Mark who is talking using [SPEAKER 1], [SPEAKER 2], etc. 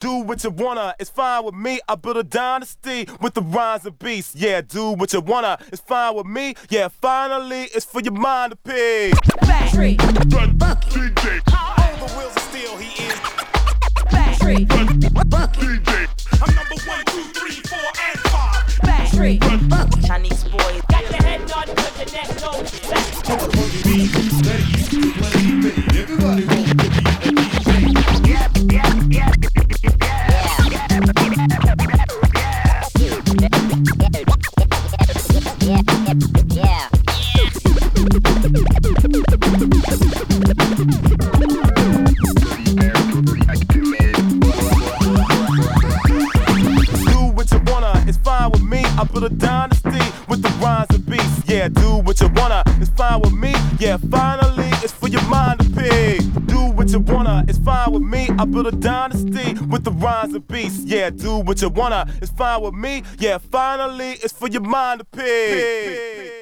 [SPEAKER 1] Do what you wanna, it's fine with me. I build a dynasty with the rhymes of beasts. Yeah, do what you wanna, it's fine with me. Yeah, finally, it's for your mind to pee.
[SPEAKER 2] Factory.
[SPEAKER 3] DJ,
[SPEAKER 1] The wheels of steel, he is.
[SPEAKER 2] Factory.
[SPEAKER 3] DJ,
[SPEAKER 1] I'm number one, two, three, four, and five.
[SPEAKER 2] Factory.
[SPEAKER 4] Chinese boys.
[SPEAKER 5] Got your head nodded cause your neck goes back.
[SPEAKER 4] Yeah.
[SPEAKER 1] Do what you wanna, it's fine with me. I build a dynasty with the rhymes of beasts. Yeah, do what you wanna, it's fine with me. Yeah, finally, it's for your mind to pay. Do what you wanna, it's fine with me. I build a dynasty with the rhymes of beasts. Yeah, do what you wanna, it's fine with me. Yeah, finally, it's for your mind to pay.